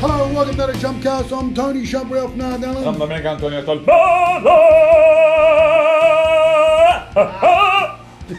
Hello, and welcome to the Jumpcast. I'm Tony Shumway off Nine I'm Allen. Domenico Antonio Tol.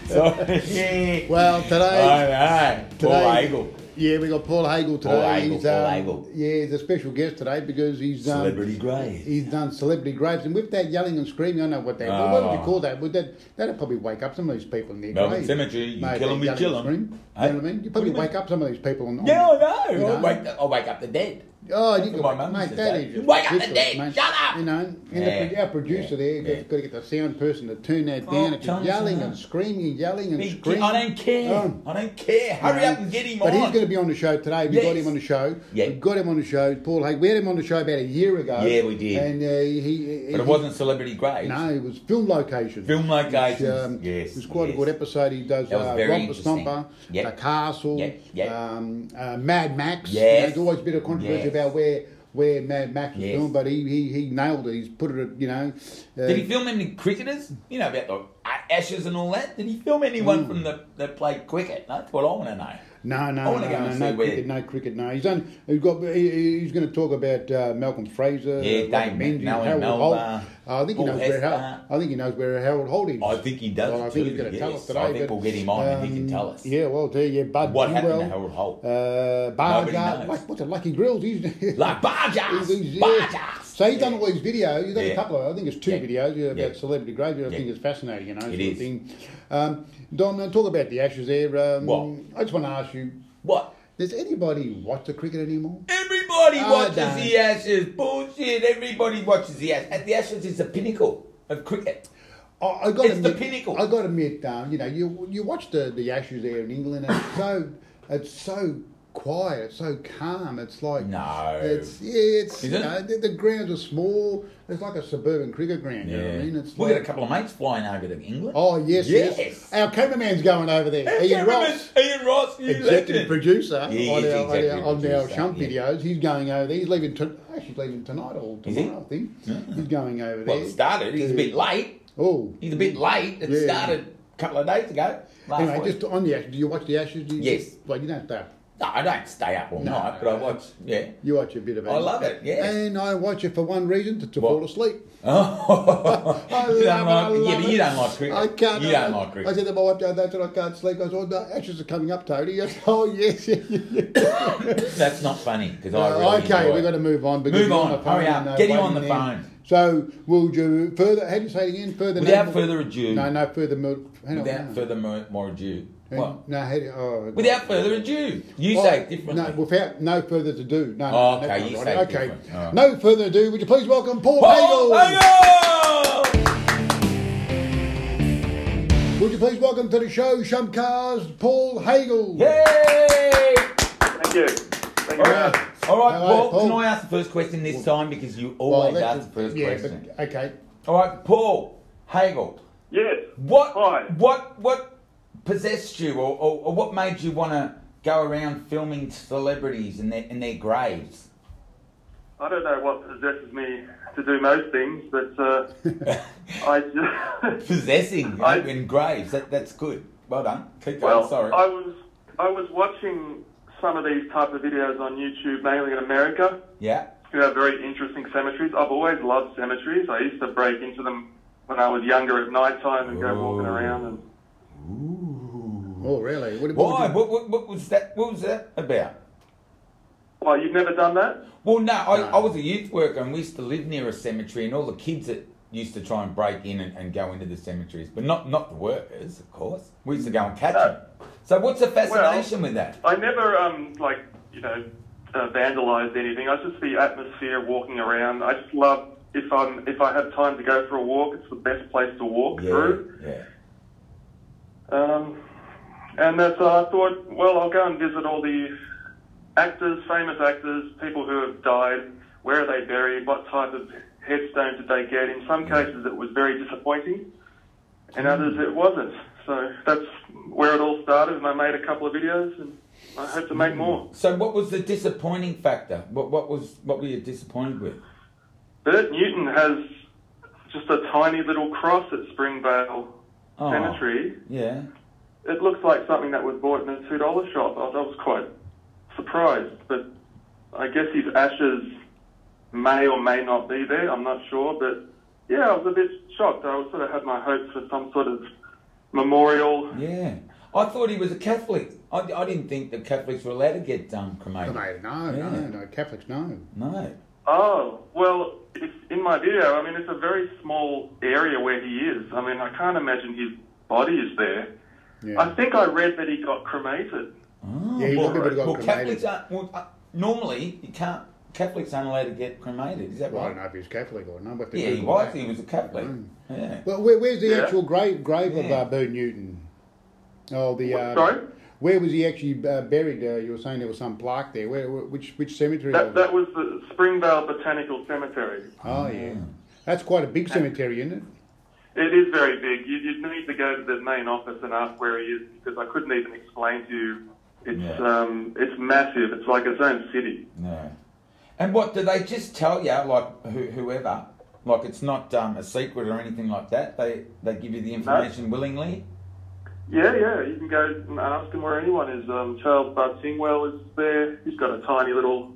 Sorry. Well, today, Alright, Paul today- Hagel. yeah, we got Paul Hagel today. Hagel, he's, Paul um, Hagel. Yeah, he's a special guest today because he's um, Celebrity grade. He's done celebrity grapes, and with that yelling and screaming, I know what that. What would you Oh. call that? Would that that'd probably wake up some of these people in their Melbourne grave. Cemetery, you Mate, kill 'em, that we yelling kill 'em. and screaming, Hey? You know what I mean? You probably What do you wake up some of these people. On, on- Yeah, I know. You I'll know? wake, I'll wake up the dead. Oh, you can, My mum mate, said that that. is just Wake up the ridiculous, dead, mate. shut up! You know, and the, pro- Yeah, our producer yeah, there, yeah. got to get the sound person to tune that Oh, down. if you're Johnson, yelling no. and screaming and yelling and Me- screaming. I don't care. Oh. I don't care. Hurry No. up and get him But on. he's going to be on the show today. We got Yes. him on the show. Yeah. We got him on the show. Paul Hague. We had him on the show about a year ago. Yeah, we did. And uh, he, he- but it he- wasn't celebrity grades. No, it was film location. Film locations, yes, It was quite yes. a good episode. He does That was uh, very Romper interesting. Stomper, Yep. The Castle, Yep, yep. Um, uh, Mad Max. You know, Yes. there's always a bit of controversy Yes. about where where Mad Max was Yes. filmed, but he, he he nailed it. He's put it, at, you know. Uh, Did he film any cricketers? You know about the a- ashes and all that. Did he film anyone from the that played cricket? That's what I want to know. No, I no, no, wanna go no, and no see where- cricket, no cricket, no. He's done. He's got. He, he's going to talk about uh, Malcolm Fraser, Yeah, Robert Dame McNally, Harold Melba, Holt. Uh, I think he Paul knows where. Hester. Harold, I think he knows where Harold Holt is. I think he does Well, I too, think he's going to tell yes. us today. I think but, we'll get him on and he can um, tell us. Yeah, well, there, yeah, Bud What happened to Sewell, Harold Holt? Uh, Nobody Barger, knows. like, what's it, Lucky Grills? He's Like He's- Barjas! he's- yeah. Barjas! So he's Yeah. done all these videos. He's done a Yeah. couple of, I think it's two Yeah. videos yeah, about Yeah. celebrity graveyard. I Yeah. think it's fascinating, you know. sort of is. Thing. Um, Don, uh, talk about the Ashes there. Um, What? I just want to ask you, What? does anybody watch the cricket anymore? Everybody I watches don't. the Ashes. Bullshit. Everybody watches the Ashes. And the Ashes is the pinnacle of cricket. I, I got to It's the admit, pinnacle. I got to admit, um, you know, you you watch the the Ashes there in England, and it's so it's so quiet, it's so calm. It's like No. it's yeah, it's Is you it? know, the, the grounds are small. It's like a suburban cricket ground. You know what I mean? It's we like- got a couple of mates flying over to England. Oh yes, yes, Yes. Our cameraman's going over there. Hey, Ian remember Ross, Ian Ross, you executive legend. producer He on is our, on our, executive on our producer, Shump yeah. videos. He's going over there. He's leaving. To, actually, he's leaving tonight or Is he? tomorrow. I think he's going over there. Well, it started. He's a bit late. Oh, He's a bit late. It Yeah. started a couple of days ago. Last anyway, week. just on the Ashes. Do you watch the Ashes? Do you Yes. well, you don't. Though. No, I don't stay up all No, night, but I watch. Yeah. You watch a bit of it. I love it, yes. And I watch it for one reason to, to What? fall asleep. Oh, I love you don't it, I like, yeah, love but you it. don't like cricket. I can't. You don't like cricket. I said to my wife the other day, I said, I can't sleep. I said, oh, the ashes are coming up, Tony. Yes. Oh, yes. yes, yes, yes." That's not funny because I Uh, really okay, enjoy we've it. got to move on. Because Move you're on, the phone hurry up, and, uh, get him on waiting the there. phone. So, will you further? How do you say it again? Further. Without no- further ado. No, no further. mo- Hang Without on, further more, more ado. no. What? No, how do, oh, Without further ado. You Oh, say it differently. No, without no further to do. No, no, Oh, no, okay, no, you no, say it okay. different. All right. No further ado. Would you please welcome Paul, Paul Hagel? Hagel! Would you please welcome to the show, Shumcars, Paul Hagel? Yay! Thank you. Thank you. All right, All right Hello, Paul, can Paul. I ask the first question this time because you Well, always that's- ask the first yeah, question. but- okay. All right, Paul Hagel, Yes. what Hi. what what possessed you, or, or, or what made you want to go around filming celebrities in their in their graves? I don't know what possesses me to do most things, but uh, I just Possessing I- open graves. That, that's good. Well done. Keep going. well, Sorry. I was I was watching some of these type of videos on YouTube, mainly in America, yeah. who have very interesting cemeteries. I've always loved cemeteries. I used to break into them when I was younger at night time and go walking Ooh. around. And Ooh. Oh, really? What, what Why? would you- What, what, what was that? What was that about? well, you've never done that? Well, no, I, No. I was a youth worker and we used to live near a cemetery, and all the kids that used to try and break in and, and go into the cemeteries, but not not the workers, of course. We used to go and catch No. them. So, what's the fascination with that? I never um like you know uh, vandalized anything. I just the atmosphere walking around. I just love if I'm if I have time to go for a walk. It's the best place to walk Yeah, through. yeah. Um, and that's uh, I thought. Well, I'll go and visit all the actors, famous actors, people who have died. Where are they buried? What type of headstone did they get? In some cases, it was very disappointing. In others, it wasn't. So that's where it all started. And I made a couple of videos, and I hope to make more. So, what was the disappointing factor? What what was what were you disappointed with? Bert Newton has just a tiny little cross at Springvale Oh, Cemetery. Yeah. It looks like something that was bought in a two dollar shop. I was, I was quite surprised, but I guess his ashes may or may not be there. I'm not sure, but yeah, I was a bit shocked. I was, sort of had my hopes for some sort of memorial. Yeah. I thought he was a Catholic. I, I didn't think that Catholics were allowed to get um, No, cremated. mate, no, no, Yeah. no, Catholics, no. No. Oh well, it's in my video. I mean, it's a very small area where he is. I mean, I can't imagine his body is there. Yeah. I think I read that he got cremated. Oh, Yeah, he's well, not gonna go well, cremated. Catholics aren't. Well, uh, normally, you can't. Catholics aren't allowed to get cremated. Is that Well, I right? don't know if he's Catholic or not, but Yeah, he was. He was a Catholic. Mm. Yeah. Well, where, where's the Yeah. actual grave grave of Yeah. uh, Boo Newton? Oh, the What, uh, sorry? Where was he actually uh, buried? Uh, you were saying there was some plaque there. Where, where- which which cemetery? That was it? that was the Springvale Botanical Cemetery. Oh yeah, Mm. that's quite a big cemetery, isn't it? It is very big. You, you'd need to go to the main office and ask where he is because I couldn't even explain to you. It's Yeah. um, it's massive. It's like its own city. No. And what do they just tell you? Like who, whoever, like it's not um, a secret or anything like that. They they give you the information willingly. Yeah, yeah. You can go and ask him where anyone is. Um, Charles Bartingwell is there. He's got a tiny little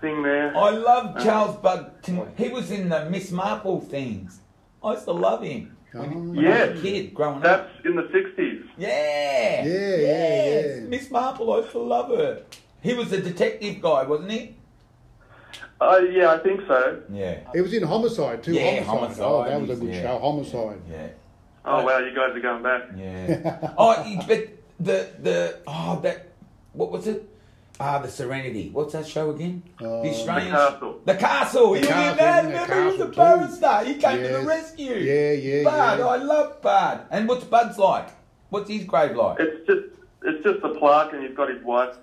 thing there. I love Charles Bud. He was in the Miss Marple things. I used to love him. Oh, When I was Yeah. a kid growing up. That's in the '60s. Yeah. Yeah, yeah, Yes. yeah. Miss Marple, I used to love her. He was a detective guy, wasn't he? Uh, yeah, I think so. Yeah. It was in Homicide too. Yeah, Oh, Homicide, that was a good yeah. show. Homicide. Yeah. Oh wow, you guys are going back. Yeah. oh, you- but the the oh that what was it? Ah, the Serenity. What's that show again? Uh, the Australian The Castle. The Castle. The he was Castle, in that. isn't it? Remember, he was a Castle too. barrister. He came to the Yes. rescue. Yeah, yeah, Bud, yeah. I love Bud. And what's Bud's like? What's his grave like? It's just it's just a plaque, and you've got his wife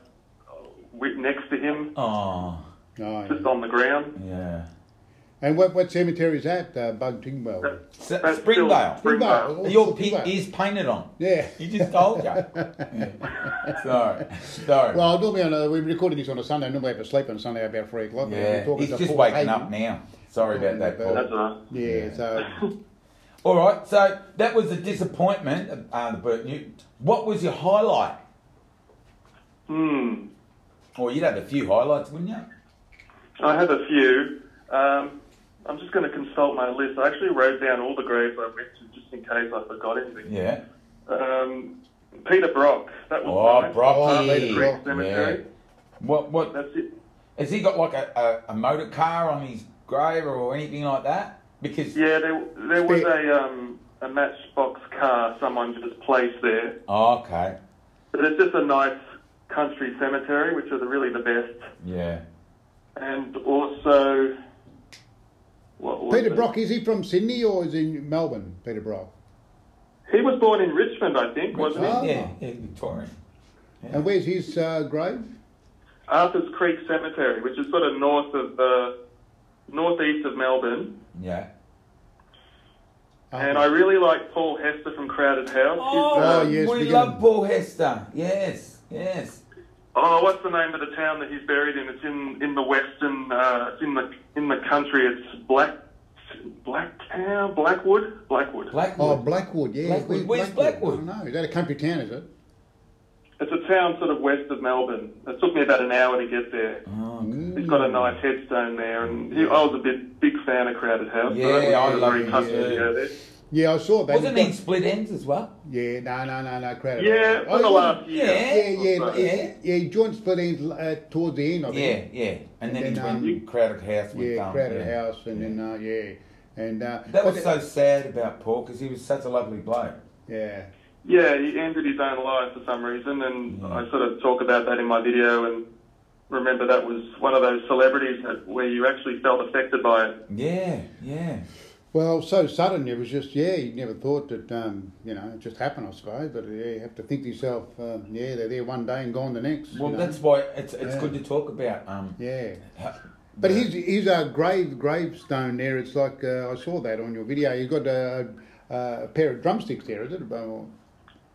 uh, wi- next to him, oh, Oh, yeah. just on the ground. yeah. And what what cemetery is that? Uh, Bug Tingwell. S- That's still Springdale. Springvale. Springvale. Your Springvale. pit is painted on. Oh, Yeah. You just told you. Yeah. Sorry. Sorry. Well, normally on a, we're recording this on a Sunday. Normally I have to sleep on Sunday about three o'clock. but we're yeah. talking He's to just Paul waking Hayden. up now. Sorry about that, Paul. That's all right. Yeah, so All right, so that was a disappointment, of, uh, the Bert Newton. What was your highlight? Hmm. Well, you'd have a few highlights, wouldn't you? I have a few. Um, I'm just going to consult my list. I actually wrote down all the graves I went to just in case I forgot anything. Yeah. Um, Peter Brock. That was Oh, nice. Oh, Brocky. Peter Creek Brock, Cemetery. What? What? That's it. Has he got like a, a, a motor car on his grave or anything like that? Because Yeah, there, there was a um, a matchbox car someone just placed there. oh, okay, But it's just a nice country cemetery, which are the, really the best. yeah. And also, what was Peter it? Brock is he from Sydney or is he in Melbourne? Peter Brock. He was born in Richmond, I think, wasn't Richmond. he? Yeah, yeah, Victorian. And where's his uh, grave? Arthur's Creek Cemetery, which is sort of north of uh, northeast of Melbourne. Yeah. And I really like Paul Hester from Crowded House. He's, Oh, Oh, uh, yes, we we can- love Paul Hester. Yes, yes. oh, what's the name of the town that he's buried in? It's in in the western, uh, it's in the in the country. It's Black Blacktown, Blackwood, Blackwood. Oh, Blackwood. Blackwood, yeah. Blackwood. Where's Blackwood? I don't know. Is that a country town, is it? It's a town sort of west of Melbourne. It took me about an hour to get there. mm, Oh, He's got a nice headstone there, and he, I was a bit big fan of Crowded House. so that Yeah, I was love very it, touching to yeah. go there. Yeah, I saw that. Wasn't He's he got- split ends as well? Yeah, no, no, no, no, crowded. Yeah, for he the was- last year. Oh, Yeah, Yeah. yeah, Yeah. yeah. Yeah, he joined Split Ends uh, towards the end, I Yeah, think. yeah. And then And he then, um, went to Crowded House with Yeah, um, Crowded yeah. House, and then, uh, yeah. And, uh, That but was it- so sad about Paul because he was such a lovely bloke. Yeah. Yeah, he ended his own life for some reason, and Yeah. I sort of talk about that in my video. And remember, that was one of those celebrities that, where you actually felt affected by it. Yeah, yeah. Well, so sudden, it was just, yeah, you never thought that, um, you know, it just happened, I suppose. But, yeah, you have to think to yourself, um, yeah, they're there one day and gone the next. Well, you know? that's why it's it's Yeah. good to talk about. Um, Yeah. ha- But the- his his uh, grave gravestone there. It's like uh, I saw that on your video. You got a, a, a pair of drumsticks there, is it? Well,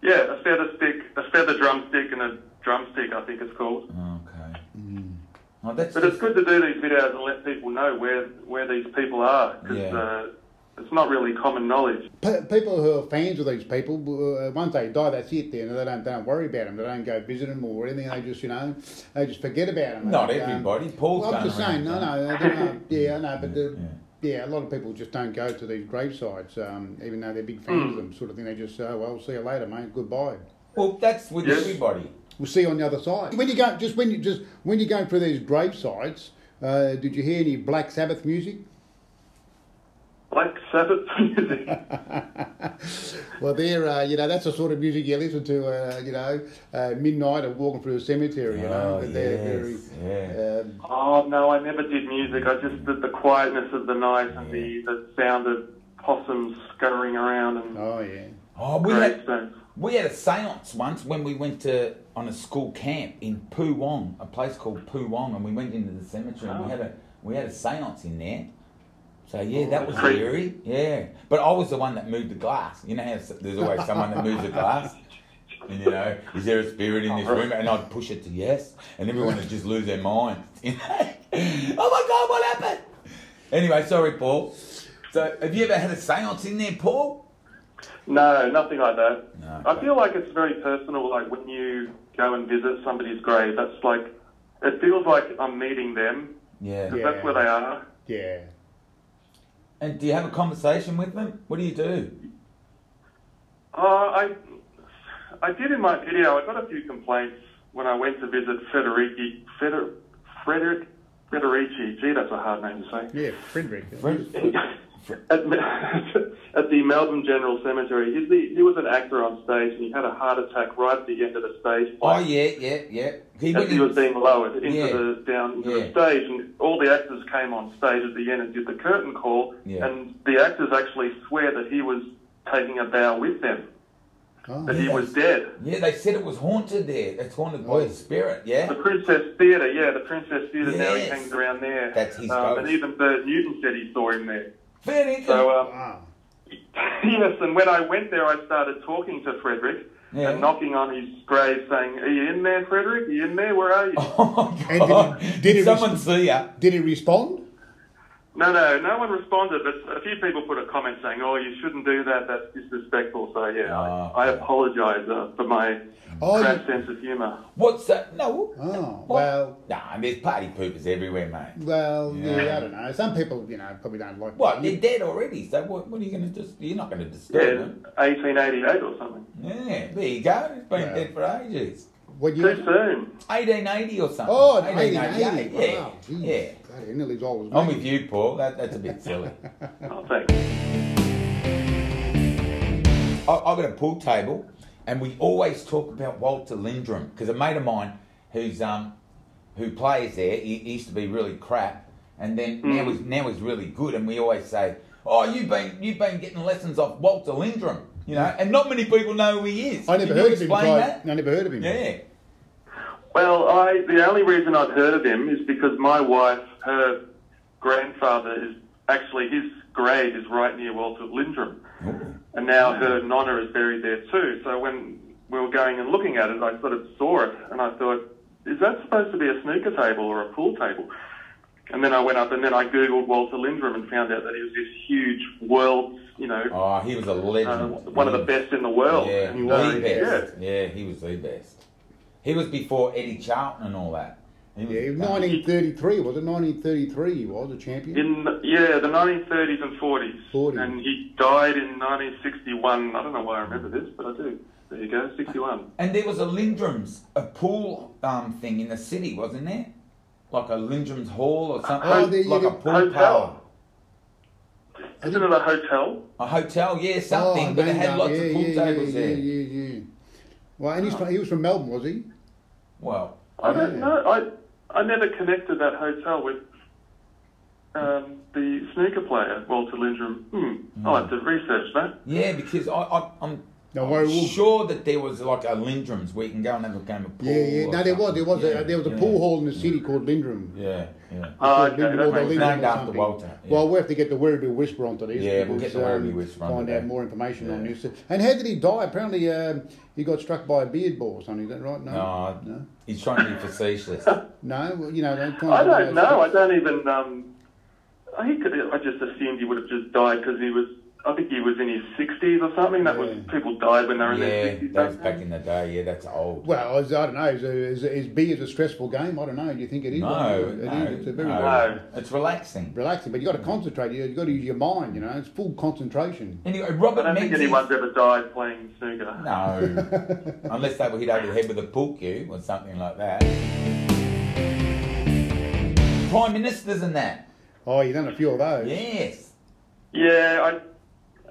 Yeah, a feather stick, a feather drumstick, and a drumstick, I think it's called. okay. Mm. Oh, that's But it's just- good to do these videos and let people know where where these people are, because Yeah. uh, It's not really common knowledge. P- people who are fans of these people, uh, once they die, that's it. Then they don't, they don't worry about them. They don't go visit them or anything. They just you know they just forget about them. Not They, um, everybody. Paul's well, I'm done just saying. around No, town. no. I don't know. Yeah, I know. But the, Yeah. yeah. a lot of people just don't go to these gravesites, um, even though they're big fans of them, sort of thing. They just say, oh, "Well, see you later, mate. Goodbye." Well, that's with Yes. everybody. We'll see you on the other side. When you go, just when you just when you go through these grave sites, uh, did you hear any Black Sabbath music? Black Sabbath music. Well, there, uh, you know, that's the sort of music you listen to, uh, you know, uh, midnight or walking through a cemetery. You know, Oh, but they're yes, very. yeah. um, Oh no, I never did music. I just did the quietness of the night and the, the sound of possums scurrying around and oh yeah. Oh, we had, gravestones. we had a seance once when we went to on a school camp in Poowong, a place called Poowong, and we went into the cemetery and we had a we had a seance in there. So yeah, that was Creep. eerie. Yeah, but I was the one that moved the glass. You know how s- there's always someone that moves the glass. And you know, is there a spirit in this room? And I'd push it to yes, and everyone would just lose their mind. You know? oh my god, what happened? Anyway, sorry, Paul. So, have you ever had a seance in there, Paul? No, nothing like that. No, I okay. feel like it's very personal. Like when you go and visit somebody's grave, that's like it feels like I'm meeting them. Yeah. 'cause Yeah. That's where they are. Yeah. And do you have a conversation with them? What do you do? Uh, I I did in my video. I got a few complaints when I went to visit Federici. Feder, Frederick Federici. Gee, that's a hard name to say. Yeah, Frederick. at, at the Melbourne General Cemetery. He's the, he was an actor on stage and he had a heart attack right at the end of the stage Oh play. yeah, yeah, yeah. He As went he was in, being lowered into Yeah. the down into Yeah. the stage, and all the actors came on stage at the end and did the curtain call, Yeah. and the actors actually swear that he was taking a bow with them, Oh, that he Yeah. was dead. yeah, they said it was haunted there. It's haunted by a spirit. The Yeah. Princess Theatre, yeah, the Princess Theatre. Now he Yes. hangs around there, That's his um, and ghost. even Bert Newton said he saw him there. Very So. Um, wow. Yes, and when I went there, I started talking to Frederick Yeah. and knocking on his grave, saying, "Are you in there, Frederick? Are you in there? Where are you?" Oh my And god! did he- Did, did he someone res- see ya? Did he respond? no, no, no one responded, but a few people put a comment saying, "Oh, you shouldn't do that. That's disrespectful." So yeah, Ah. I, I apologise uh, for my Oh, crass you- sense of humour. What's that? No. Oh, What? well, Nah, there's party poopers everywhere, mate. well, yeah. Yeah. I don't know. Some people, you know, probably don't like. What? They're dead already. So what? What are you going to just? You're not going to disturb Yeah, them. 1888 or something. Yeah. There you go. It's been Yeah. dead for ages. What you? Too soon. 1880 or something. Oh, 1880. 1888. Yeah. Wow. Geez. yeah. God, he nearly always. I'm with you, Paul. That, that's a bit silly. Oh, thanks. I, I've got a pool table, and we always talk about Walter Lindrum because a mate of mine who's um who plays there, he, he used to be really crap, and then Hmm. now he's now he's really good, and we always say, "Oh, you've been you've been getting lessons off Walter Lindrum," you know, and not many people know who he is. I never Can you heard of him. explain Clive. that? I never heard of him. Yeah. Well, I the only reason I've heard of him is because my wife, her grandfather is actually his grave is right near Walter Lindrum, Oh. and now her nonna is buried there too. So when we were going and looking at it, I sort of saw it and I thought, is that supposed to be a snooker table or a pool table? And then I went up and then I googled Walter Lindrum and found out that he was this huge world, you know, Oh, he was a uh, legend. one of the best in the world. Yeah, And, was. uh, the yeah. best. Yeah. he was the best. He was before Eddie Charlton and all that. He was Yeah, the best. 1933 was it? 1933 he was a champion. In yeah, the 1930s and 40s. 40s. And he died in 1961. I don't know why I remember this, but I do. There you go, 61. And there was a Lindrum's, a pool um, thing in the city, wasn't there? Like a Lindrum's Hall or something. Oh, there you like go. a pool Hotel. pub. Isn't it a hotel? A hotel, yeah, something. but it no, had no, lots Oh, yeah, of pool yeah, tables yeah, there. Oh. Yeah, yeah, yeah. Well, and he's from, he was from Melbourne, was he? Well, I don't Yeah. know. I I never connected that hotel with um, the snooker player Walter Lindrum. Hmm. I'll have to research that. yeah, because I, I, I'm No, where he was. sure that there was like a Lindrum's where you can go and have a game of pool. Yeah, yeah. or No, there was something. there was Yeah, a, there was a yeah. pool hall in the city called Lindrum. Yeah, Oh, yeah. Ah, Called okay, Lindrum that or the makes Lindrum sense. Named or after something. Walter, yeah. Well, we have to get the Werribee Whisper onto this. Yeah, we'll because, get the Werribee um, Whisper Find onto out that. more information on Yeah. this. And how did he die? Apparently, um, he got struck by a beard ball or something. Is that right? No, No, no. he's trying to be facetious. No, well, you know, they kind I of- uh, don't know. I don't even. Um, he could. I just assumed he would have just died because he was. I think he was in his sixties or something. That was Yeah. people died when they were in their Yeah, sixties. that's back in the day. Yeah, that's old. Well, as- I don't know. Is, is, is beer a stressful game? I don't know. Do you think it is? I no, don't know. no, It is. It's a very no. No. It's relaxing. relaxing, but you got to concentrate. You have got to use your mind. You know, it's full concentration. Anyway, I Robert don't think Menzies. anyone's ever died playing snooker. No, unless they were hit over the head with a pool cue or something like that. Prime ministers and that. Oh, you done a few of those. Yes. Yeah, I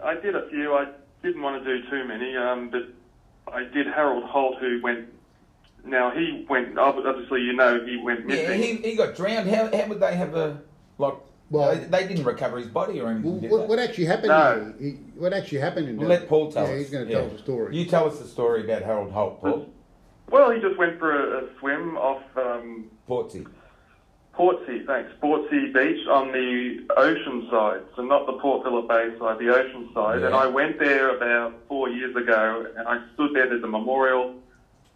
I did a few. I didn't want to do too many, um, but I did Harold Holt, who went. Now he went. ob- Obviously, you know he went Yeah, missing. he, he got drowned. How, how would they have a like? Well- they, they didn't recover his body or anything. Well, did what, they? what actually happened? No. in there? He, what actually happened? In Well, there? let Paul tell yeah, us. He's going to Yeah. tell us the story. You tell us the story about Harold Holt, Paul. well, he just went for a, a swim off um, Portsea. Portsea, thanks, Portsea Beach on the ocean side, so not the Port Phillip Bay side, the ocean side. And Yeah. I went there about four years ago, and I stood there. There's a memorial,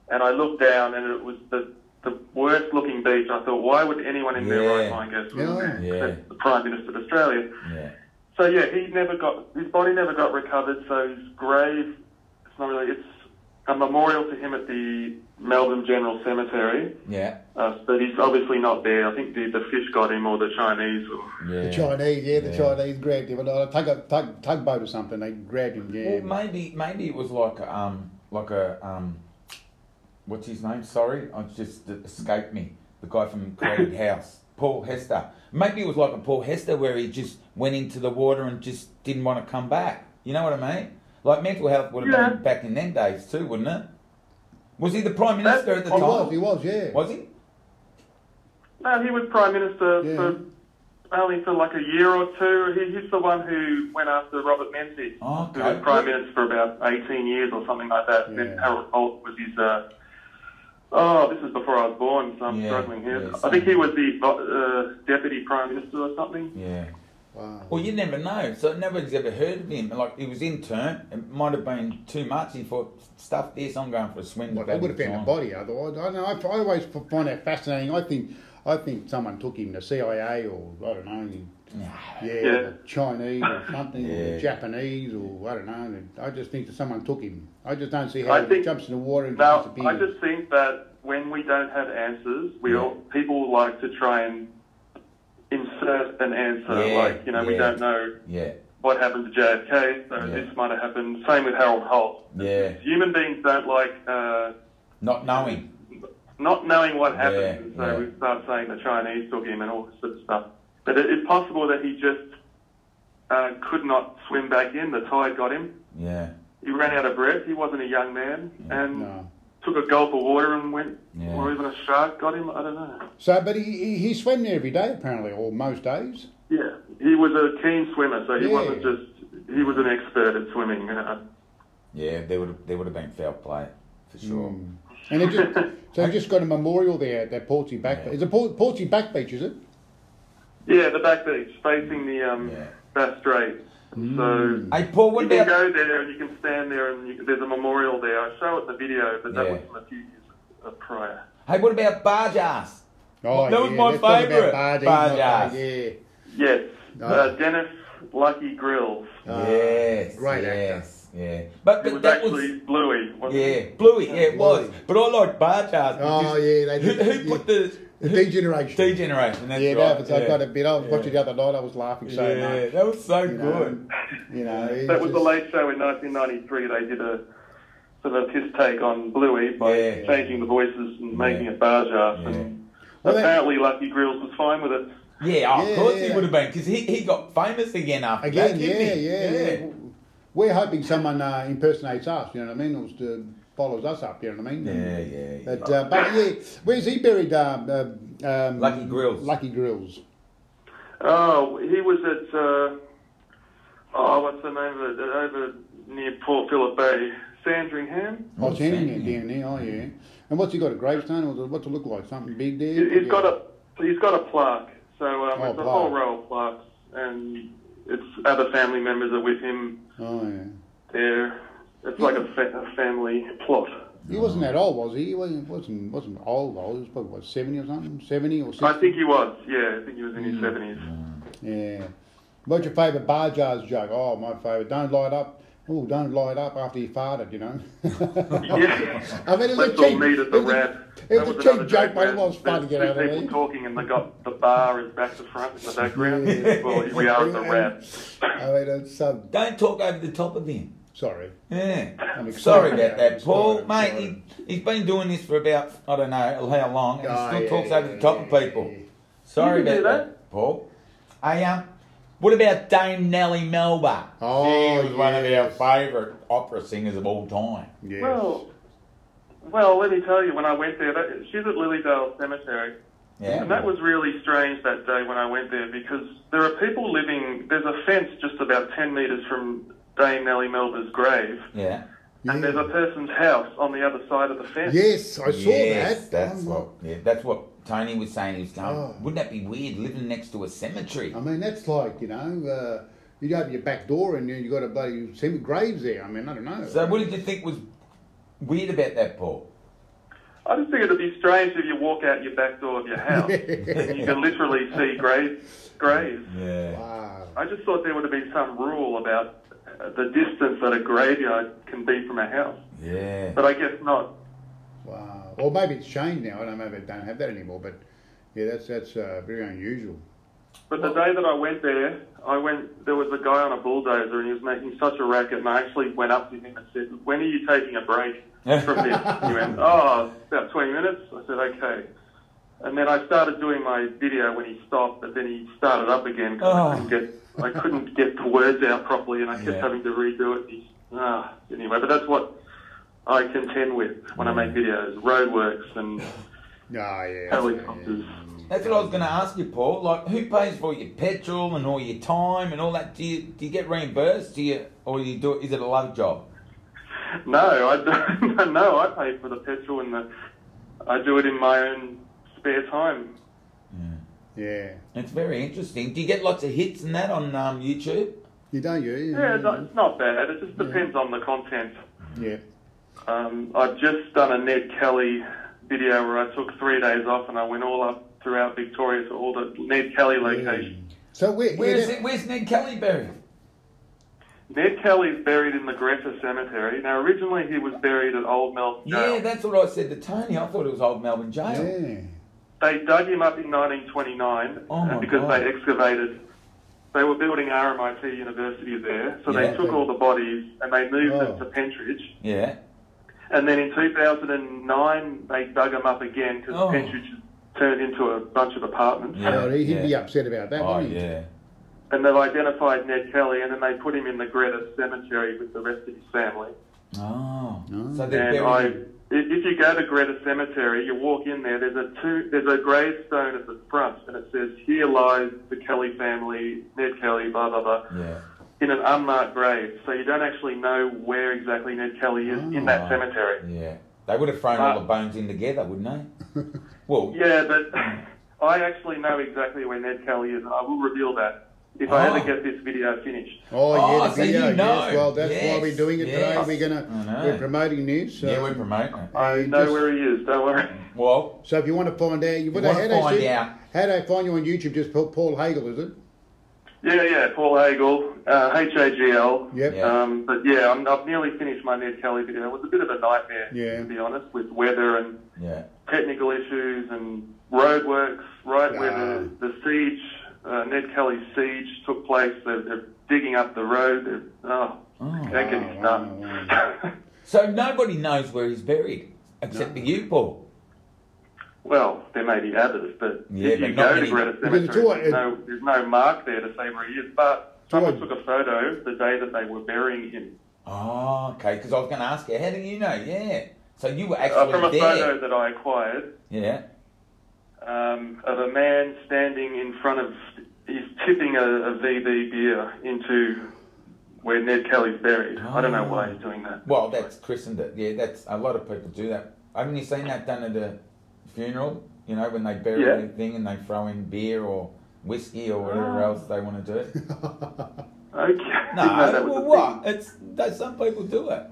and I looked down, and it was the the worst looking beach. I thought, why would anyone in their Yeah. right mind go swimming there? Yeah. Except the Prime Minister of Australia. Yeah. So yeah, he never got his body never got recovered. So his grave, it's not really, it's a memorial to him at the Melbourne General Cemetery. Yeah. Uh, but he's obviously not there. I think the, the fish got him or the Chinese. Or, Yeah. The Chinese, yeah, the Yeah. Chinese grabbed him. A tug, tug, tugboat or something. They grabbed him. Yeah. Well, maybe maybe it was like um like a um what's his name? Sorry, I just it escaped me. The guy from Crowded House, Paul Hester. Maybe it was like a Paul Hester where he just went into the water and just didn't want to come back. You know what I mean? Like mental health would have been Yeah. back in them days too, wouldn't it? Was he the prime minister at the he time? was. He was. Yeah. Was he? no, uh, he was prime minister Yeah. for only for like a year or two. He, he's the one who went after Robert Menzies, who Oh, Okay. was prime minister for about eighteen years or something like that. Yeah. Then Harold Holt was his. Uh, oh, this is before I was born, so I'm Yeah, struggling here. yeah, I think he was the uh, deputy prime minister or something. Yeah. Wow. Well, you never know. So nobody's ever heard of him. Like he was intern. It might have been too much. He thought, "Stuff this. I'm going for a swim." Well, they would have found a body otherwise. I don't know. I, I always f- find that fascinating. I think, I think someone took him to CIA or I don't know. No. Yeah, Yeah. the Chinese or something, or Yeah. the Japanese, or I don't know. I just think that someone took him. I just don't see how I he think- jumps in the water and Now, disappears. I just think that when we don't have answers, we Yeah. all, people like to try and insert an answer. Yeah, like, you know, we yeah. don't know Yeah, what happened to JFK, so Yeah. this might have happened. Same with Harold Holt. yeah. Human beings don't like uh, Not knowing. not knowing what Yeah, happened, so yeah. we start saying the Chinese took him and all this sort of stuff. But it, it's possible that he just uh, could not swim back in. The tide got him. Yeah, He ran out of breath. He wasn't a young man. And no. took a gulp of water and went, Yeah. or even a shark got him. I don't know. So, but he, he he swam there every day apparently, or most days. Yeah, he was a keen swimmer, so he Yeah. wasn't just he was an expert at swimming. Uh, You know. yeah. There would there would have been foul play for sure. Mm. And it just, so they just got a memorial there at that Portsea back. Yeah. It's a Port, Portsea back beach, is it? Yeah, the back beach facing the um, Yeah. Mm. Bass Strait. So Hey Paul, what you can about go there and you can stand there and you can, there's a memorial there. I show it in the video, but that Yeah. was from a few years uh, prior. hey? What about barge ass? Oh, that was my let's talk about favourite. Bardi, Bardi. not Bardi, Yes, No. uh, Dennis Lucky Grills. Ah, yes, great actor. yes, yeah. But It but was that was. actually Bluey. Wasn't Yeah, it? Bluey, yeah, it was. Bluey. But I like barge ass. Oh, because yeah, they Who, did- who put the yeah. The degeneration. degeneration? That's yeah, right. that was, I yeah. got a bit. I was Yeah. watching it the other night. I was laughing so yeah, much. that was so You know, good. you know, it's That was the just- late show in 1993. They did a sort of a piss take on Bluey by Yeah. changing the voices and making Yeah. it barge ass. Yeah. And Well, that- apparently, Lucky Grills was fine with it. Yeah, oh, Yeah, of course yeah, he yeah. would have been because he, he got famous again after Again, that. yeah, didn't yeah, he? yeah, We're hoping someone uh, impersonates us. You know what I mean? Or s- uh, follows us up. You know what I mean? Yeah, yeah, yeah. But, uh, but yeah, where's he buried? Uh, uh, um, Lucky Grills. Lucky Grills. Oh, he was at uh, oh, what's the name of it? Uh, Over near Port Phillip Bay, Sandringham. Oh, it's hanging Sandringham. there down there. Oh yeah. And what's he got? A gravestone? Or what's it look like? Something big there? He- He's Yeah. got a he's got a plaque. So um, Oh, it's a plaque. whole row of plaques, and it's other family members are with him Oh yeah. there. It's like a, fa- a family plot. He wasn't that old, was he? He wasn't wasn't, wasn't old. Old. He was probably what seventy or something. Seventy or. 60? Hmm. I think he was. Yeah, I think he was in his seventies. Yeah. What's your favourite bar jars joke? Oh, my favourite. Don't light up. Oh, don't light up after you farted, you know. Yeah. I mean, it was a Let's all cheap. meet at the it was a- rap. It was, That a another cheap joke, but it Brad. was fun eh? to There's get two out of people there. talking and they got the bar is back to front in the background. Yeah. Well, here we are at the rap. I mean, it's um, Don't talk over the top of him. sorry. Yeah. I'm excited Sorry about about that, it. Paul. Sorry, Mate, sorry. he, he's been doing this for about, I don't know how long, and Oh, he still yeah, talks yeah, over the top of yeah, people. yeah. Sorry You can about do that, Paul. Hey, um, what about Dame Nellie Melba? Oh, she was one of our yes. favourite opera singers of all time. Yes. Well, well, let me tell you, when I went there, that, she's at Lilydale Cemetery. Yeah. And that was really strange that day when I went there because there are people living, there's a fence just about 10 metres from Dame Nellie Melba's grave, Yeah. and there's a Yeah. person's house on the other side of the fence. yes, I saw Yes, that. That's I'm what, yeah, that's what Tony was saying. He was going, Oh. wouldn't that be weird living next to a cemetery? I mean, that's like, you know, uh, you open your back door and you've got a bloody cement graves there. I mean, I don't know. So, what did you think was weird about that, Paul? I just think it'd be strange if you walk out your back door of your house and you can literally see graves. graves. Yeah. Wow. I just thought there would have been some rule about uh, the distance that a graveyard can be from a house, Yeah. but I guess not. Wow. Or maybe it's changed now. I don't know if they don't have that anymore, but yeah, that's that's uh, very unusual. But the day that I went there, I went. There was a guy on a bulldozer, and he was making such a racket. And I actually went up to him and said, "When are you taking a break from this?" he went, "Oh, about 20 minutes." I said, "Okay." And then I started doing my video when he stopped, but then he started up again because Oh. I couldn't get I couldn't get the words out properly, and I kept Yeah. having to redo it. He- Ah, anyway, but that's what I contend with when I make videos: roadworks and No, Ah, yeah. helicopters. That's what I was going to ask you, Paul. Like, who pays for your petrol and all your time and all that? Do you do you get reimbursed? Do you or you do? Is it a love job? No, I don't. No, I pay for the petrol and the. I do it in my own spare time. Yeah. It's very interesting. Do you get lots of hits and that on um, YouTube? You don't, you? you- Yeah, it's not- it's not bad. It just depends on the content. Yeah. Um, I've just done a Ned Kelly video where I took three days off and I went all up throughout Victoria to all the Ned Kelly locations. So where, yeah, Where's that- it? Where's Ned Kelly buried? Ned Kelly's buried in the Greta Cemetery. Now, originally he was buried at Old Melbourne Jail. Yeah, that's what I said to Tony. I thought it was old Melbourne Jail. Yeah. They dug him up in 1929 Oh my and because God. they excavated. They were building RMIT University there, so Yeah. they took all the bodies and they moved Oh. them to Pentridge. Yeah. And then in 2009, they dug him up again because Oh. Pentridge turned into a bunch of apartments. Yeah. Oh, he'd be yeah. upset about that. Oh wouldn't he? yeah. And they've identified Ned Kelly and then they put him in the Greta Cemetery with the rest of his family. Oh. No. So they're And I, buried. if if you go to Greta Cemetery, you walk in there. There's a two, there's a gravestone at the front, and it says, "Here lies the Kelly family, Ned Kelly, blah blah blah," Yeah. in an unmarked grave. So you don't actually know where exactly Ned Kelly is in that Oh. cemetery. Yeah. They would have thrown all Uh, the bones in together, wouldn't they? Well. Yeah, but I actually know exactly where Ned Kelly is. I will reveal that if I Oh. ever get this video finished. Oh, yeah, Oh, the so you video. know. Yes, well, that's Yes, why we're doing it today. yes. We're I gonna know. we're promoting this. Yeah, um, we're promoting it. I and know just- where he is. Don't worry. Well, So if you want to find out, you, what wanna how do they find see- out. How do they find you on YouTube? Just put Paul Hagel, is it? Yeah, yeah. Paul Hagel, uh, H A G L. Yep. Yeah. Um, but yeah, I'm, I've nearly finished my Ned Kelly video. It was a bit of a nightmare, Yeah. to be honest, with weather and yeah. technical issues and roadworks. Right where Wow. the, the siege, uh, Ned Kelly's siege took place, they're, they're digging up the road. They're, oh, Oh. that gets Wow, done. wow, So nobody knows where he's buried except for you, Paul. well, there may be others, but Yeah, if but you not go many. to Greta Because it's Cemetery, all- there's, no, there's no mark there to say where he is. But all- someone took a photo the day that they were burying him. Oh, okay. Because I was going to ask you, how do you know? Yeah. So you were Uh, actually from a there. photo that I acquired Yeah. um, of a man standing in front of, he's tipping a, a VB beer into where Ned Kelly's buried. I don't know why Oh. he's doing that. Well, that's christened it. Yeah, that's a lot of people do that. Haven't you seen that done at a funeral? You know, when they bury Yeah. anything and they throw in beer or whiskey or whatever Ah. else they want to do. Okay. No, Didn't know that was well, a what? thing. It's that some people do it.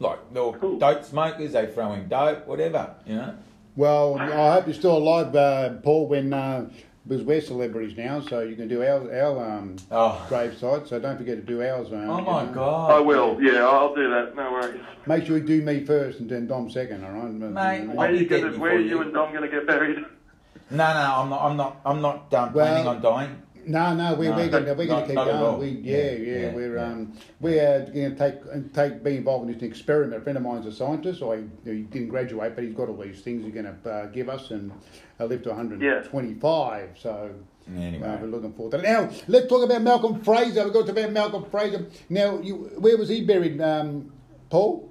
Like, they're Cool. dope smokers, they throw in dope, whatever. You know. Well, I hope you're still alive, uh, Paul, when uh, because we're celebrities now, so you can do our our um, Oh. grave site. So don't forget to do ours. Um, Oh you my know. god. I will. Yeah, I'll do that. No worries. Make sure you do me first and then Dom second. All right, Mate, Mm, I Where are did you, that gonna, before where are you. you and Dom going to get buried? No, no, I'm not. I'm not. I'm not um, planning Well- on dying. No, no, we, No, we're going to we're going not- to keep not at all. going. We, yeah, yeah, Yeah, yeah, we're yeah. um we're going to take take be involved in this experiment. A friend of mine's a scientist. So he, he didn't graduate, but he's got all these things he's going to uh, give us and uh, live to 125. So. Anyway. uh, we're looking forward to it. Now, let's talk about Malcolm Fraser. We've got to talk about Malcolm Fraser. Now, you, where was he buried, um, Paul?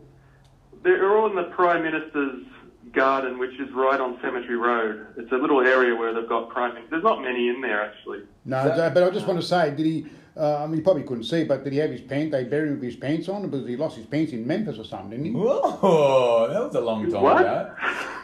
They're all in the Prime Minister's garden, which is right on Cemetery Road. It's a little area where they've got prime. Min- There's not many in there actually. No, uh, Is that- but I just want to say, did he? Uh, I mean, you probably couldn't see, but did he have his pants? They buried him with his pants on because he lost his pants in Memphis or something, didn't he? Whoa, that was a long time What? ago.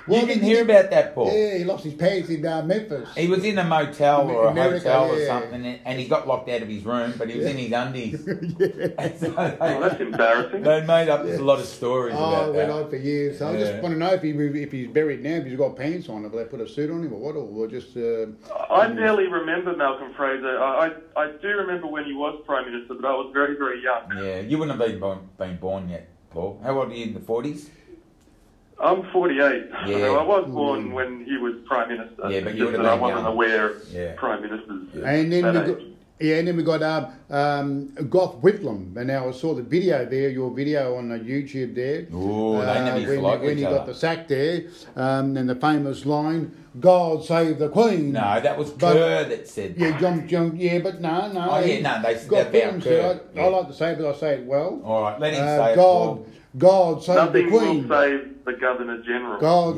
Well, you didn't he- hear about that, Paul. Yeah, he lost his pants in uh, Memphis. He was in a motel or a America, hotel or yeah. something, and- and he got locked out of his room, but he was in his undies. And so Oh, that's they, embarrassing. they made up there's a lot of stories Oh, about went that. on for years. So I Yeah. just want to know if he if he's buried now, if he's got pants on, if they put a suit on him or what, or just uh, I barely remember Malcolm Fraser. I, I I do remember when he was Prime Minister, but I was very very young. Yeah, you wouldn't have been born, been born yet, Paul. How old are you in the forties? I'm 48, Yeah. Mm. so I was born when he was Prime Minister. Yeah, but It's you just would've that I been wasn't young. aware of Yeah. Prime Ministers. and then that we got, age. yeah, and then we got um, um, Gough Whitlam, and now I saw the video there, your video on uh, YouTube there. Uh, Ooh, they never used to when, like when each he got other. the sack there, um, and the famous line, "God save the Queen." No, that was But- Kerr that said. Yeah, John, John, yeah, but no, no. Oh, yeah, no, they- Gough they're Whitlam said, about good, I, I yeah. Oh, like to say it, but I say it well. All right, let him Uh, say it, God, Paul. God save Nothing the Queen. will save the Governor General. God,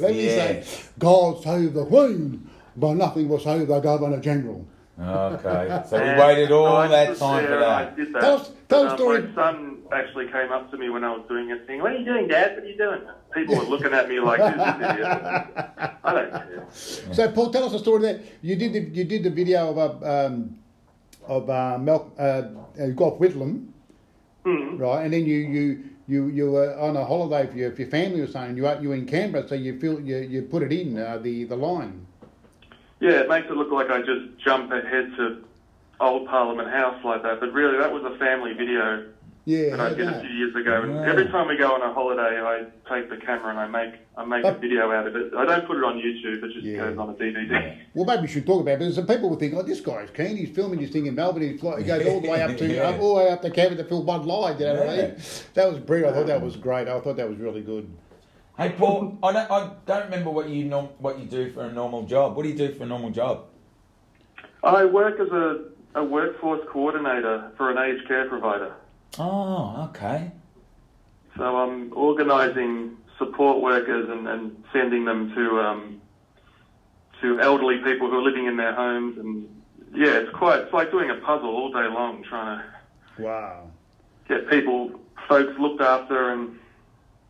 let me yes. say, God save the Queen, but nothing will save the Governor General. Okay, so And we waited all I that was time for there and that. I did that. Tell us- tell But, us um, story. My son actually came up to me when I was doing it, saying, "What are you doing, Dad? What are you doing?" People were looking at me like, "Who's this idiot?" I don't care. So, Paul, tell us a story there. You did the you did the video of uh, um, of uh, Mel, uh, uh, Gough Whitlam, Mm-hmm. right? And then you you. You, you were on a holiday for your, for your family or something. You were- you were in Canberra, so you feel you, you put it in uh, the the line. Yeah, it makes it look like I just jump ahead to old Parliament House like that, but really that was a family video Yeah, that I how'd did a that? few years ago. And Yeah. every time we go on a holiday, I take the camera and I make I make a But- video out of it. I don't put it on YouTube; it just Oh. Yeah. goes on a DVD. Yeah. Well, maybe we should talk about it because some people will think, oh, this guy's keen. He's filming his thing in Melbourne. He fly, he goes all the way up to Yeah. up, all the way up to Canberra to film Bud Light. You know what I mean? Yeah. That was brilliant. I thought that was great. I thought that was really good. Hey, Paul, I don't, I don't remember what you norm, what you do for a normal job. What do you do for a normal job? I work as a, a workforce coordinator for an aged care provider. Oh, okay. So I'm organising support workers and, and sending them to um, to elderly people who are living in their homes, and yeah, it's quite it's like doing a puzzle all day long, trying to Wow. get people folks looked after and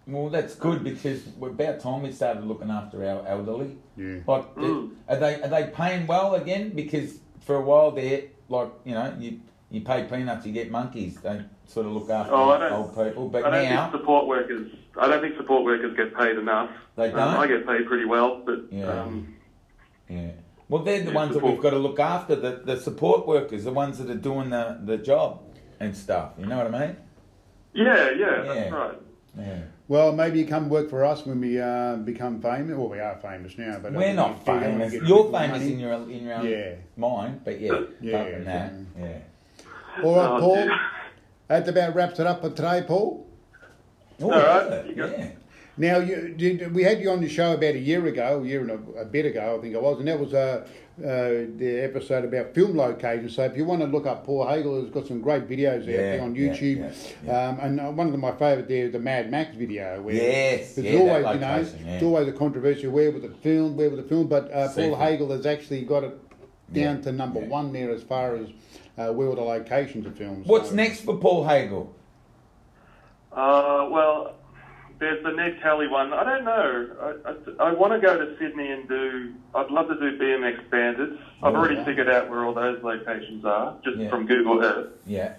Well, that's good because we're about time we started looking after our elderly. Yeah. Like, Mm. do- are they are they paying well again? Because for a while there, like you know, you you pay peanuts, you get monkeys. They sort of look after Oh, I don't- old people, but I don't now think support workers. I don't think support workers get paid enough. They Um, don't? I get paid pretty well, but Yeah. um, Yeah. Well, they're the Yeah, ones that support. we've got to look after, the, the support workers, the ones that are doing the, the job and stuff. You know what I mean? yeah, yeah, that's Yeah. right. Yeah. Well, maybe you come work for us when we uh, become famous. Well, we are famous now, but uh, We're not we don't famous. get You're people's famous money. in your in your own Yeah. mind, but yeah, Yeah, apart from that, yeah. All right, Oh, Paul. dear. That about wraps it up for today, Paul. Oh, right, yeah, you got- yeah. Now, you, did, we had you on the show about a year ago, a year and a, a bit ago, I think it was, and that was uh, uh, the episode about film locations. So, if you want to look up Paul Hagel, he's got some great videos out there Yeah, on yeah, YouTube. yeah, yeah. Um, and uh, one of the, my favourite there is the Mad Max video. Where Yes, there's yeah, that always, you know, location, yeah. it's always a controversy where with the film, where with the film, but uh, Paul Safety. Hagel has actually got it down Yeah, to number yeah. one there as far as uh, where were the locations of films. What's So- next for Paul Hagel? Uh, well, there's the Ned Kelly one. I don't know. I, I, I want to go to Sydney and do. I'd love to do BMX Bandits. I've Oh, already wow. figured out where all those locations are just Yeah. from Google Earth. Yeah.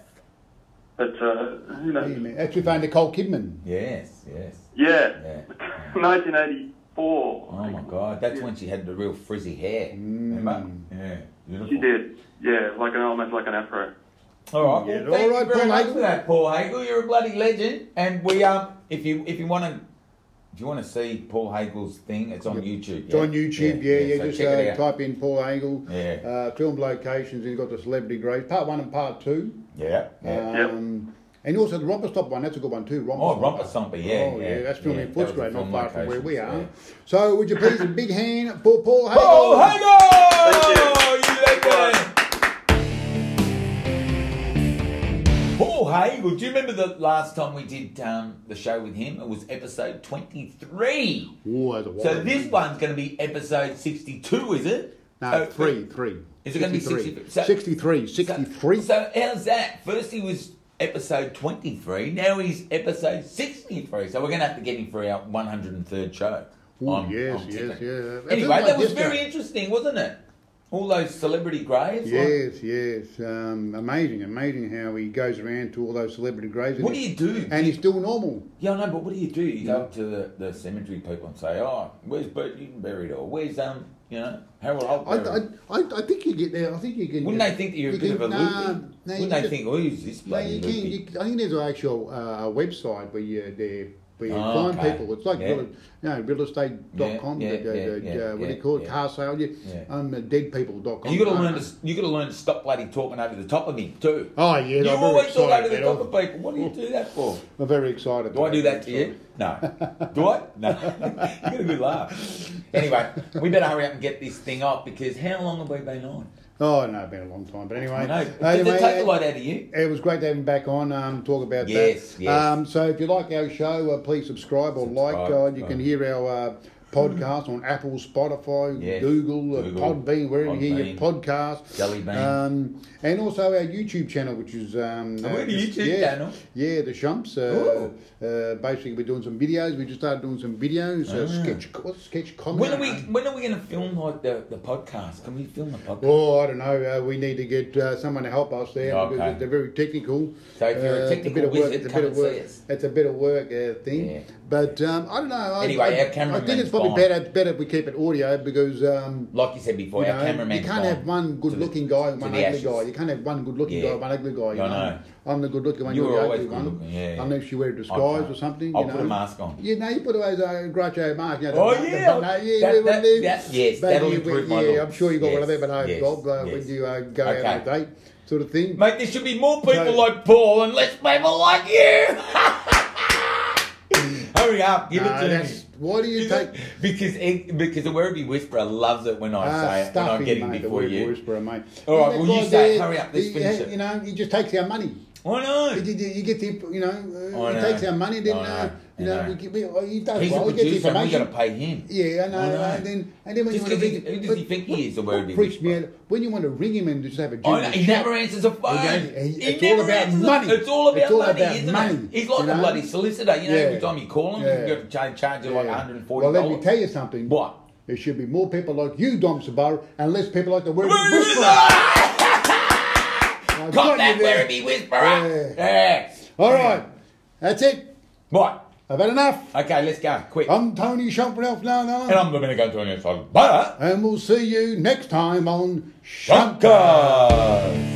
But uh, you know, That's with uh, Nicole Kidman. Yes, yes. yeah, Yeah. 1980 four. Oh my god, that's when she had the real frizzy hair. Remember? Mm. Yeah, beautiful. She did. Yeah, like an almost like an afro. All right. Yeah, Well, thank all right, you very Paul much Hagel. for that, Paul Hagel. You're a bloody legend. And we um, if you if you want to, if you want to see Paul Hagel's thing, it's on YouTube. It's on YouTube, yeah, yeah. so just check it uh, out. type in Paul Angle, Yeah. uh, filmed locations, and you've got the celebrity grades, part one and part two. Yeah. yeah. Yep. Um, And also the Romper Stop one, that's a good one too. Romper oh, Stop. Romper Stomper, yeah. Oh, yeah, that's filming in that was a Footscray, not film far from where we are. location, yeah. So, would you please a big hand for Paul Hagel? Paul Hagel! Thank Oh, you legend! Paul Hagel, do you remember the last time we did um, the show with him? It was episode 23. Ooh, that's a So wide this one. one's going to be episode 62, is it? No, Oh, three, three. Is it gonna be 63? 63? So- 63, So, 63. so how's that? First he was episode 23, now he's episode 63. So we're going to have to get him for our 103rd show. Ooh, yes, yes, tipping. yeah. That's Anyway, like that was yesterday. very interesting, wasn't it? All those celebrity graves. like- Yes, yes. Um, amazing, amazing how he goes around to all those celebrity graves. What do and- you do? And he's still normal. Yeah, I know, but what do you do? You go up to the, the cemetery people and say, oh, where's Bert Newton buried or where's, um, you know, Harold Holt I, buried? I, I, I think you get there. I think you can. Wouldn't just- they think that you're a you bit can- of a nah, loopy? nah, you Wouldn't they just- think, oh, who's this No, bloody you can. loopy? You, I think there's an actual uh, website where you there where you Oh, find okay. people. It's like Yeah. real, you know, realestate.com. Yeah, yeah, the, the, yeah, the, uh, what do yeah, you call it? yeah. Car sale. You, Yeah. um, deadpeople.com. And you got to learn to s- you got to learn to stop bloody talking over the top of me too. Oh yeah, you I'm very always talk over excited. the man. top of people. What do you do that for? I'm very excited. Do I do about that to you? No. Do I? No. you got a good laugh. Anyway, we better hurry up and get this thing off because how long have we been on? Oh no, it's been a long time. But anyway, I know. Did anyway, it take a lot out of you? It was great to have him back on. Um, talk about Yes, that. yes. Um, so if you like our show, uh, please subscribe or like. Uh, Subscribe, you uh, can hear our uh, podcast on Apple, Spotify, Yes, Google, uh, Google, Podbean, wherever you hear your Podbean, podcast. Jelly Bean. Um, and also our YouTube channel, which is um, Oh, we have a just- YouTube yeah, channel? Yeah, the Shumps. Uh, uh, basically, we're doing some videos. We just started doing some videos. Uh, sketch, what's sketch comedy? Ah. When I don't know. are we when are we going to film like the, the podcast? Can we film the podcast? Oh, I don't know. Uh, we need to get uh, someone to help us there Okay. because they're very technical. So if you're a Uh, technical wizard, it's a come bit of and work. see us. It's a bit of work uh, thing. Yeah. But um, I don't know. I, Anyway, I, our cameraman's I think it's probably fine. better. It's better if we keep it audio because um, Like you said before, you, our know, cameraman. you can't have one good-looking guy and to one the ugly ashes. guy. You can't have one good-looking Yeah. guy, and one ugly guy. You I know? know. I'm the good-looking one. You are were the always ugly one. good-looking, yeah, yeah. Unless you wear a disguise Okay. or something. I'll you put know. a mask on. Yeah, no, you put away a Groucho Marx. You know, Oh, the- the- yeah. the- no, yeah, That- you know, that- the- that- yes, but that'll you- improve yeah, my look. I'm sure you got one of them Yes, at home, yes, Bob, uh, when yes. you uh, go Okay. out on a date, sort of thing. Mate, there should be more people No. like Paul and less people like you. Hurry up, give Nah, it to that's- me. why do you know, take- because it, because the Werribee Whisperer loves it when I Ah, say it, when stuff I'm him, getting mate, the before word you. whisperer, mate. All right, That well, you guy say it, there, hurry up, let's he- finish he- it. You know, he just takes our money. I know. He, he, he gets, the- you know, uh, I he know. takes our money, then, I uh, know, you I know, know. we, get- we, oh, he does He's well, a he gets producer, and we got information. to pay him. Yeah, I know. I know. And then, and then when Just you want to 'cause ring, he- who does but he think he is, the what Werribee freaks me out, Whisperer? when you want to ring him and just have a I know, general he chat, never answers the phone. He- he- He it's never all about answers the- money. It's all about It's all money, about isn't money, it? He's like you a know? bloody solicitor. You know, Yeah. every time you call him, Yeah. you've got to charge you like Yeah. 140 Well, let me tell you something. What? There should be more people like you, Dom Sabaro, and less people like the word Where is whisperer. I Got got that you there. Werribee Whisperer! Yeah. All right, that's it. Right. I've had enough. Okay, let's go. Quick. I'm Tony Shump from Elf Now Now, and I'm going to go to an inside. But, and we'll see you next time on Shump. Shunkas!